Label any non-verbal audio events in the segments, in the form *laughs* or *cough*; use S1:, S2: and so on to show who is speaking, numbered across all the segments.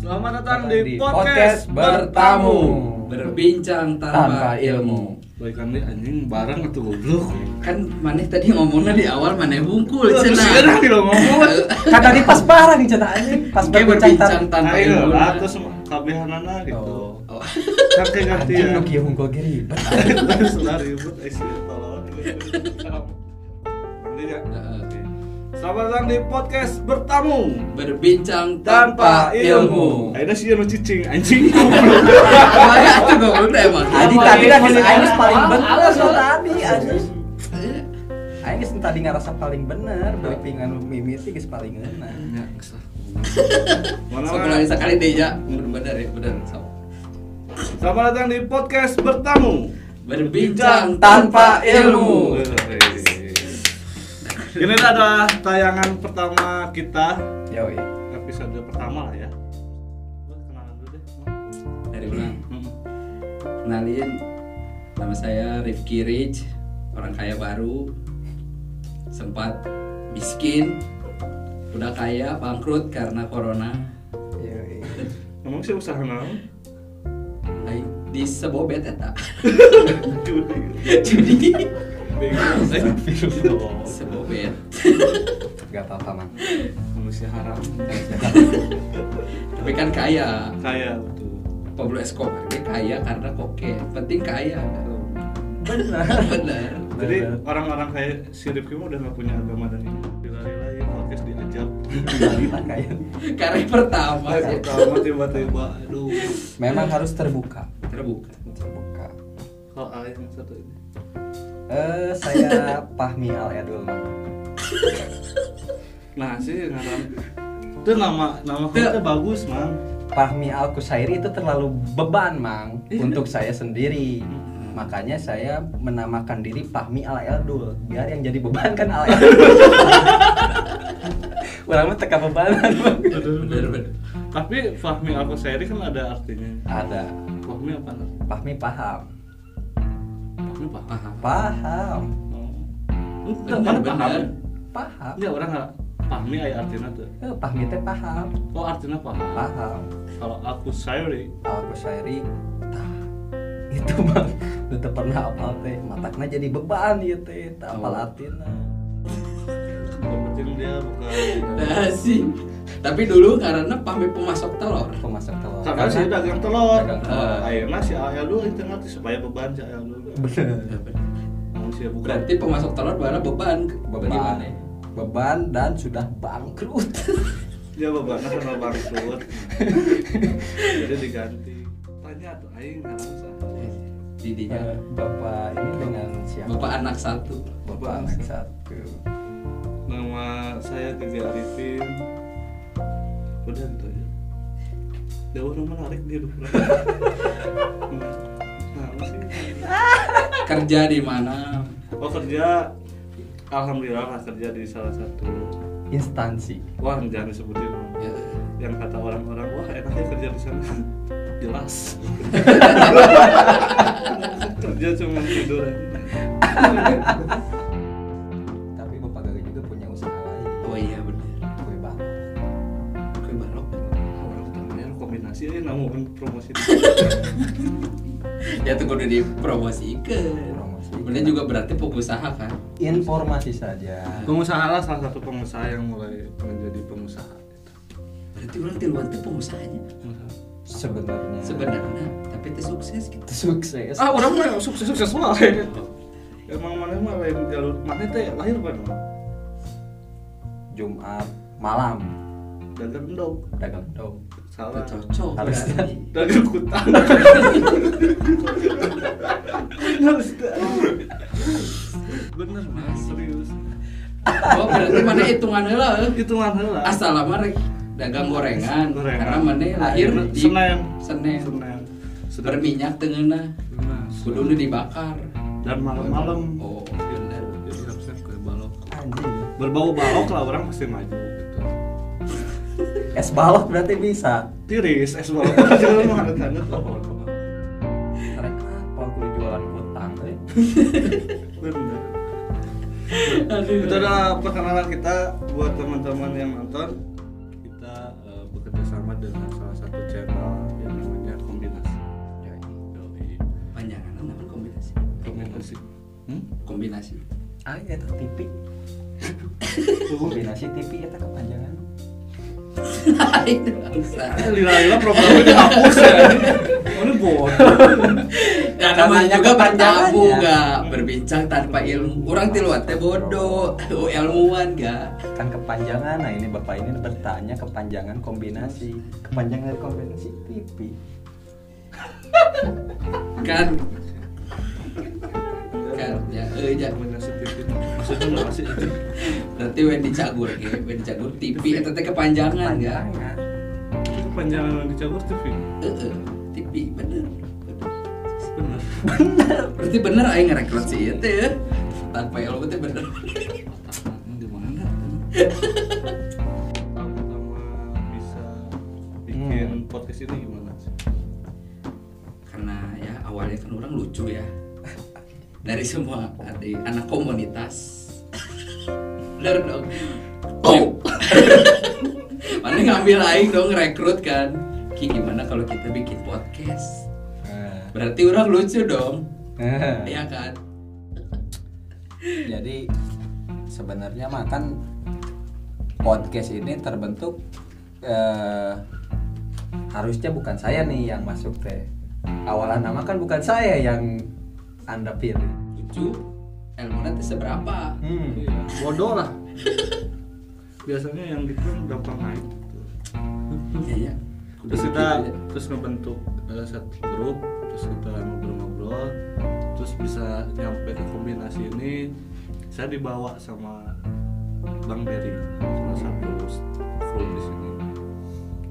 S1: Selamat datang di
S2: podcast
S1: podcast
S2: bertamu.
S3: berbincang tanpa, ilmu.
S1: Baik kami anjing bareng atau goblok.
S3: Kan maneh tadi ngomongnya di awal maneh bungkul
S1: Terus
S3: cenah.
S1: sekarang lo ngomong.
S2: *laughs* Kan tadi pas parah nih cina anjing, pas
S3: Kayak berbincang
S2: berbincang.
S3: tanpa
S1: Ayo
S3: ilmu.
S1: lah terus kabehanana
S2: Oh.
S1: gitu.
S3: Oh,
S1: Kakek ganti ya.
S2: Anjing
S3: Iya.
S1: *laughs*
S2: nu kieu hungkul giri.
S1: Terus lah ribut eh, sih, tolong. Ini ya.
S3: Heeh.
S1: Oke. Selamat datang di podcast bertamu
S3: berbincang
S1: tanpa ilmu.
S3: ilmu.
S1: Akhirnya sih lu cicing anjing.
S3: Makanya tuh goblok dah emang.
S2: Tadi
S3: Apa
S2: tadi
S3: ya?
S2: kan geus aing
S3: Apa?
S2: paling bener
S3: Apa?
S2: so tadi anjing.
S3: Iya.
S2: Aing geus tadi ngarasa paling bener, beutingan mimiti geus paling enak.
S1: Ya, kesah. Mana
S3: Sok
S1: mana?
S3: lagi sekali deh ya, bener-bener ya, bener. Sok.
S1: Selamat datang di podcast bertamu.
S3: Berbincang tanpa ilmu.
S1: Ini adalah tayangan pertama kita
S2: Yoi.
S1: episode pertama lah ya. Lu kenalan dulu deh.
S3: Dari ulang.
S1: Hmm.
S3: Kenalin, nama saya Rifki Rich, orang kaya baru, sempat miskin, udah kaya, bangkrut karena corona.
S2: Yoi.
S1: Emang sih usaha naon?
S3: Ay, di sebobet eta. *laughs*
S1: Judi.
S3: Judi
S1: Bego.
S3: sebobet.
S2: Gak apa-apa mang.
S1: Manusia haram.
S3: Tapi kan kaya.
S1: Kaya betul.
S3: Pablo Escobar dia kaya karena koke. Penting kaya.
S2: Bener.
S3: Bener.
S1: Jadi orang-orang kayak si Rifki mah udah gak punya agama dan ini. Dilari-lari podcast diajak.
S2: Kayak
S3: Karya pertama ya.
S1: Kayak
S3: sih.
S1: pertama tiba-tiba aduh.
S2: memang harus terbuka.
S3: terbuka.
S2: Terbuka.
S1: Kalau A yang satu ini.
S2: Eh saya Fahmi Al Edul mang.
S1: Nah sih ngaran. Itu nama nama kita bagus mang.
S2: Fahmi Al Kusairi itu terlalu beban, Mang, untuk saya sendiri. Makanya saya menamakan diri Fahmi Al Eldul. Biar yang jadi beban kan Al Eldul. Orang mah teka bebanan, Bang.
S3: Bener bener.
S1: Tapi Fahmi Al Seri kan ada artinya.
S2: Ada.
S1: Fahmi apa nih?
S2: Fahmi paham.
S1: Fahmi paham.
S3: Paham.
S2: Paham.
S1: Oh. Enggak,
S3: Bener,
S1: mana
S3: bener.
S1: paham?
S2: Paham.
S1: Enggak, orang nggak Fahmi aya artinya tuh.
S2: Eh, Fahmi teh paham.
S1: Oh artinya paham.
S2: Paham.
S1: Kalau aku Seri
S2: Al Kusairi tah. Itu, Bang. Lu teu pernah apal teh. Matakna jadi beban ieu teh. Teu apal
S3: Oh.
S2: artina.
S1: berarti dia bukan.
S3: *laughs* Nah sih. Tapi dulu karena pahmi pemasok telur.
S2: Pemasok telur.
S1: Karena sih dagang telur. Oh,
S2: Dagang
S3: telur.
S1: Akhirnya si AL dulu itu ngerti supaya beban si AL dulu.
S2: Bener.
S1: Manusia bukan.
S3: Berarti pemasok telur barang beban. ya?
S2: beban
S3: Bagaimana?
S2: beban dan sudah bangkrut
S1: Dia beban karena bangkrut. Jadi diganti. Tanya tuh aing ngarang usaha.
S3: Didinya.
S2: Eh, bapak ini dengan siapa
S3: Iya. Bapak anak satu.
S2: bapak anak satu
S1: Nama saya Gigi Arifin. Udah gitu aja. Ada orang menarik di hidup orang. Nah, apa sih?
S3: Kerja di mana?
S1: Oh kerja, alhamdulillah lah kerja di salah satu.
S2: instansi
S1: Wah jangan disebutin.
S3: Ya.
S1: Yang kata orang-orang wah enaknya kerja di sana. Jelas. kerja cuma tidur.
S2: tapi bapak gagal juga punya usaha lain
S3: Oh iya benar.
S2: kue balok
S3: Kue barok.
S1: Orang temennya kombinasi aja namun promosi. Di
S3: Ya tuh kudu dipromosikan.
S2: Dipromosikan.
S3: Sebenarnya juga berarti pengusaha kan.
S2: informasi saja
S1: pengusaha lah salah satu pengusaha yang mulai menjadi pengusaha.
S3: Berarti orang di luar tuh pengusahanya.
S1: Pengusaha.
S2: sebenarnya
S3: Sebenarnya tapi itu sukses gitu.
S2: sukses
S1: ah orang mah sukses sukses wae *laughs* emang mana mah lain jalur mana teh lahir mana
S2: Jumat malam
S1: dagang endog
S2: dagang dong
S1: salah
S3: Itu cocok.
S2: Harus
S3: berarti.
S1: dagang
S3: *laughs*
S1: kutang harus teh. bener mah serius
S3: Oh berarti mana hitungan lah.
S1: hitungan heula
S3: Asal lama rek dagang gorengan.
S1: Gorengan.
S3: Karena mana lahir
S1: Iya,
S3: di
S1: Senen.
S3: Senen.
S1: Senen.
S3: Berminyak tengenah. Kudu nu dibakar.
S1: dan malam-malam
S3: Oh benar.
S1: Jadi harusnya ke balok
S2: anjing
S1: berbau balok lah orang pasti maju gitu
S2: es balok berarti bisa
S1: tiris es
S3: *laughs*
S1: balok kecil mah ada tanda tuh
S2: karena apa aku jualan utang teh
S1: Bener. Itu adalah perkenalan kita buat teman-teman yang nonton. Kita eh, bekerja
S4: kerjasama dengan salah satu channel yang namanya
S1: kombinasi Yoi.
S3: Panjangan namun kombinasi.
S1: kombinasi hmm?
S3: Kombinasi.
S2: ah itu tipi kombinasi tipi itu kepanjangan
S3: Itu bangsa.
S1: Eh, lila-lila programnya dihapus ya Oh, ini bodoh
S3: Ya namanya juga
S2: kepanjangannya.
S3: bertamu gak berbincang tanpa ilmu. Kurang tiluat teh bodoh, oh, ilmuwan gak.
S2: kan kepanjangan nah ini bapak ini bertanya kepanjangan kombinasi kepanjangan dari kombinasi tipi
S3: Kan kan ya eh
S1: iya.
S3: ya.
S1: kombinasi titik *laughs* maksudnya nggak sih itu
S3: Berarti Wendy Cagur ge, Wendy Cagur TV eta teh kepanjangan ya.
S2: kepanjangan
S1: Itu kepanjangan yang dicabut TV
S3: Heeh, TV bener.
S1: benar
S3: Berarti bener aing ngerekrut sih itu ya. Tanpa ilmu teh bener.
S1: di mana pertama bisa Hmm. bikin podcast ini gimana sih
S3: Karena ya awalnya kan orang lucu ya. Dari semua adik anak komunitas. Bener dong. Oh. Mana ngambil aing dong rekrut kan. Ki gimana kalau kita bikin podcast? Berarti orang lucu dong.
S2: Eh.
S3: Iya kan?
S2: jadi sebenarnya mah kan podcast ini terbentuk eh, harusnya bukan saya nih yang masuk teh awalan nama kan bukan saya yang anda pilih
S3: Lucu. Ilmu nanti seberapa?
S2: hmm.
S1: Iya.
S4: bodoh lah
S1: biasanya yang diklaim gampang naik gitu.
S3: Iya ya.
S1: terus kita terus ngebentuk eh, satu grup terus kita ngobrol-ngobrol terus bisa nyampe ke kombinasi ini saya dibawa sama Bang Berry salah satu kru di sini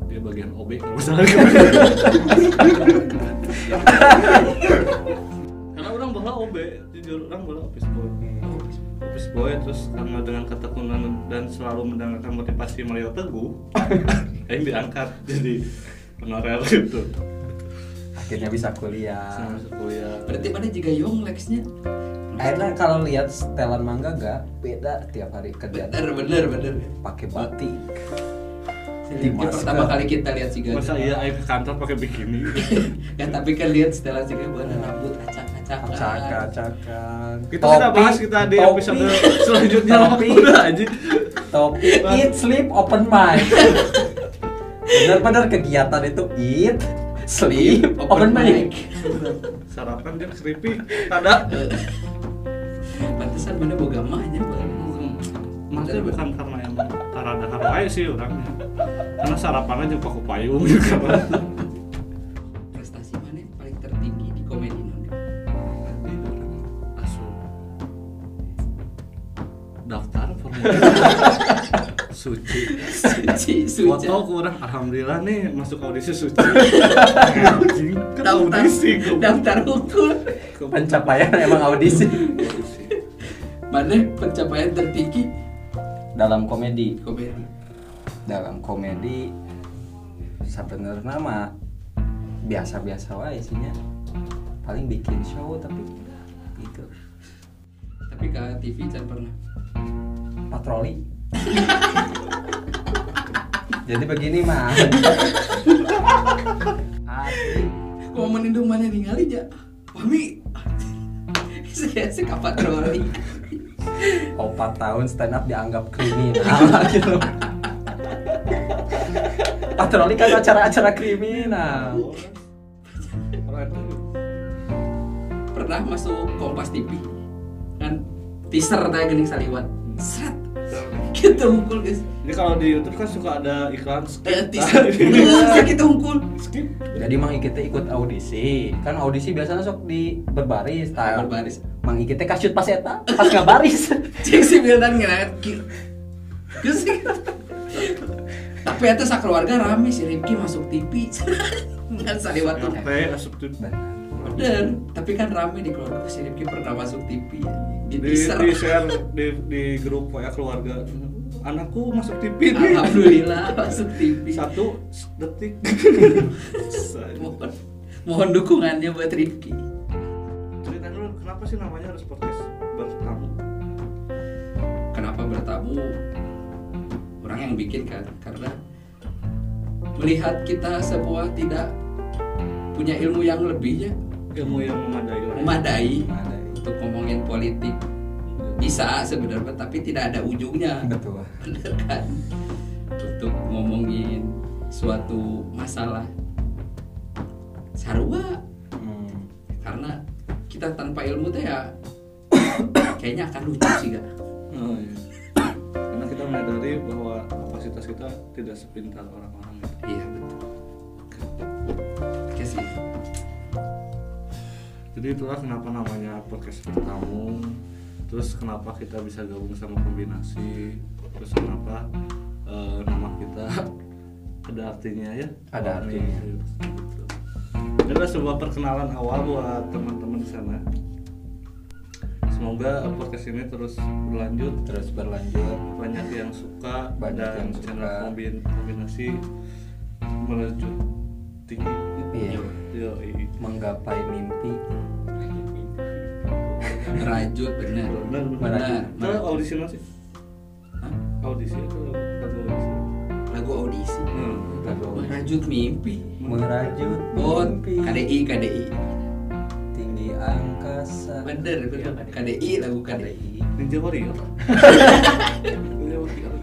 S1: dia bagian OB kalau salah *laughs* karena orang bola OB jujur orang bola office boy office boy terus karena dengan ketekunan dan selalu mendengarkan motivasi Mario Teguh *laughs* Aing diangkat jadi honorer gitu
S2: akhirnya bisa kuliah
S1: sama kuliah
S3: Berarti mana juga young Lexnya?
S2: akhirnya kalau lihat setelan mangga gak beda tiap hari kerja
S3: Bener bener bener.
S2: pakai batik
S3: Jadi
S2: Dimasker.
S3: pertama kali kita lihat si
S1: masa
S3: Gaga.
S1: iya Aing ke kantor pakai *laughs* bikini
S3: *laughs* Ya tapi kan lihat setelah si Gaga warna rambut acak-acakan.
S2: acak-acakan
S1: kita tidak bahas kita di episode selanjutnya lah
S2: Topi.
S1: *laughs* udah aja
S2: Topi eat, sleep, open mind. Benar-benar kegiatan itu eat, sleep, open, mind.
S1: sarapan dia keripik ada
S3: Pantesan mana boga mahnya Bang.
S1: maksudnya bukan karena emang karena karena sih orangnya karena sarapan aja pakai payung *laughs* gitu kan. juga
S3: Prestasi mana yang paling tertinggi di komedi non?
S1: Nanti orang asuh daftar *laughs* formulir suci
S3: *laughs* Suci, suci.
S1: foto kurang alhamdulillah nih masuk audisi suci *laughs* anjing kan
S3: Daftar,
S1: audisi goblok.
S3: daftar ukur.
S2: Pencapaian emang audisi
S1: Audisi.
S3: Mana pencapaian tertinggi
S2: dalam komedi.
S3: di komedi?
S2: Dalam komedi sebenarnya mah biasa-biasa wae isinya. Paling bikin show tapi gitu. itu
S3: Tapi ke TV jangan pernah.
S2: *laughs* patroli. Jadi begini mah. Asli.
S3: Kau menindung mana ningali ja? Mami. *laughs* Saya sih kapan terlalu.
S2: empat tahun stand up dianggap *laughs* kriminal gitu patroli kan acara-acara kriminal
S1: Orang itu
S3: Pernah masuk Kompas TV kan teaser tadi gini saliwat. Seret. Kita hukul guys.
S1: Jadi kalau di YouTube kan suka ada iklan
S3: Eh,
S1: skip. Nah,
S3: teaser.
S1: *laughs*
S3: *laughs* Saya kita hukul.
S1: Skip.
S2: jadi Mang Ikite ikut audisi kan audisi biasanya sok di berbaris tah.
S3: Berbaris.
S2: Mang Ikite kasut pas eta pas ngabaris
S3: Cek si Wildan ngeliat kir. Guys. Tapi itu keluarga rame si Rifki masuk *laughs* TV. Kan saliwat tuh.
S1: Ngepe asup tuh.
S3: Bener. Tapi kan rame di keluarga si Rifki pernah masuk TV. Di
S1: Di,
S3: teaser.
S1: di share di, di grup WA keluarga. Anakku masuk TV nih.
S3: Alhamdulillah masuk TV.
S1: Satu
S3: *laughs*
S1: detik. Selesai.
S3: mohon mohon dukungannya buat Rifki
S1: Cerita dulu kenapa sih namanya harus podcast bertamu?
S3: kenapa bertamu orang yang bikin kan karena melihat kita semua tidak punya ilmu yang lebihnya
S1: ilmu yang memadai lah.
S3: Hmm. memadai
S1: Memadai.
S3: untuk ngomongin politik bisa sebenarnya tapi tidak ada ujungnya
S2: betul
S3: bener kan untuk ngomongin suatu masalah sarua
S2: Hmm.
S3: karena kita tanpa ilmu teh ya *coughs* kayaknya akan lucu sih gak
S1: Oh, iya. Karena kita menyadari bahwa kapasitas kita tidak sepintar orang-orang itu.
S3: iya betul oke sih
S1: Jadi itulah kenapa namanya podcast bertamu. Terus kenapa kita bisa gabung sama kombinasi. Terus kenapa eh, nama kita *laughs* ada artinya ya?
S2: Ada
S1: Alami.
S2: artinya.
S1: Gitu. Ini adalah sebuah perkenalan awal buat teman-teman di sana. Semoga podcast ini terus berlanjut
S2: terus berlanjut
S1: banyak yang suka
S2: Banyak
S1: dan
S2: yang suka.
S1: channel kombin- kombinasi melejut tinggi
S2: Iya.
S1: Yoi.
S2: *laughs* menggapai mimpi
S3: merajut bener
S1: benar benar
S3: Benar.
S1: Itu audisi nggak sih
S3: Hah?
S1: audisi atau atau audisi
S3: lagu audisi
S1: hmm.
S3: merajut mimpi
S2: merajut
S3: oh
S2: mimpi
S3: KDI KDI
S2: tinggi angkasa
S3: bener bener KDI lagu KDI
S2: KDI
S1: Ninja Warrior Ninja Warrior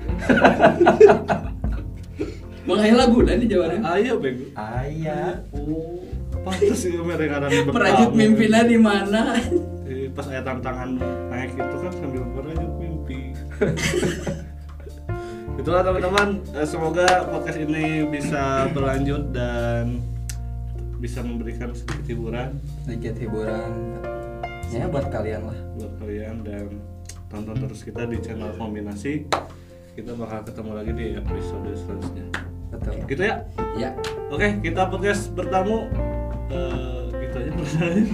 S3: mengakhir lagu dan di Jawa Tengah.
S1: *laughs* ayo bego
S2: ayah
S1: oh pantas sih mereka ada bertamu.
S3: merajut mimpinya di mana *laughs*
S1: Eh, pas ada tantangan naik itu kan sambil merajut mimpi itulah teman-teman Eh, semoga podcast ini bisa berlanjut dan bisa memberikan sedikit hiburan
S2: sedikit hiburan ya buat kalian lah
S1: buat kalian dan tonton terus kita di channel kombinasi kita bakal ketemu lagi di episode selanjutnya
S2: betul
S1: gitu ya
S3: ya
S1: oke kita podcast bertamu Eh, gitu aja perkenalannya.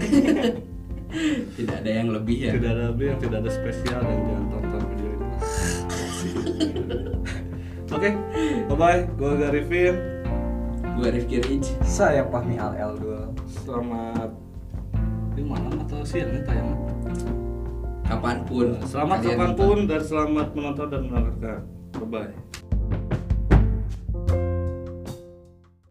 S3: tidak ada yang lebih ya
S1: tidak ada lebih yang tidak ada spesial dan jangan tonton video ini oke bye bye gue Garifin
S3: gue Rifki Rich
S2: saya Fahmi Al Eldul
S1: selamat ini malam atau siang ya, nih tayangan
S3: kapanpun
S1: selamat
S3: kalian
S1: kapanpun dan selamat menonton dan mendengarkan bye bye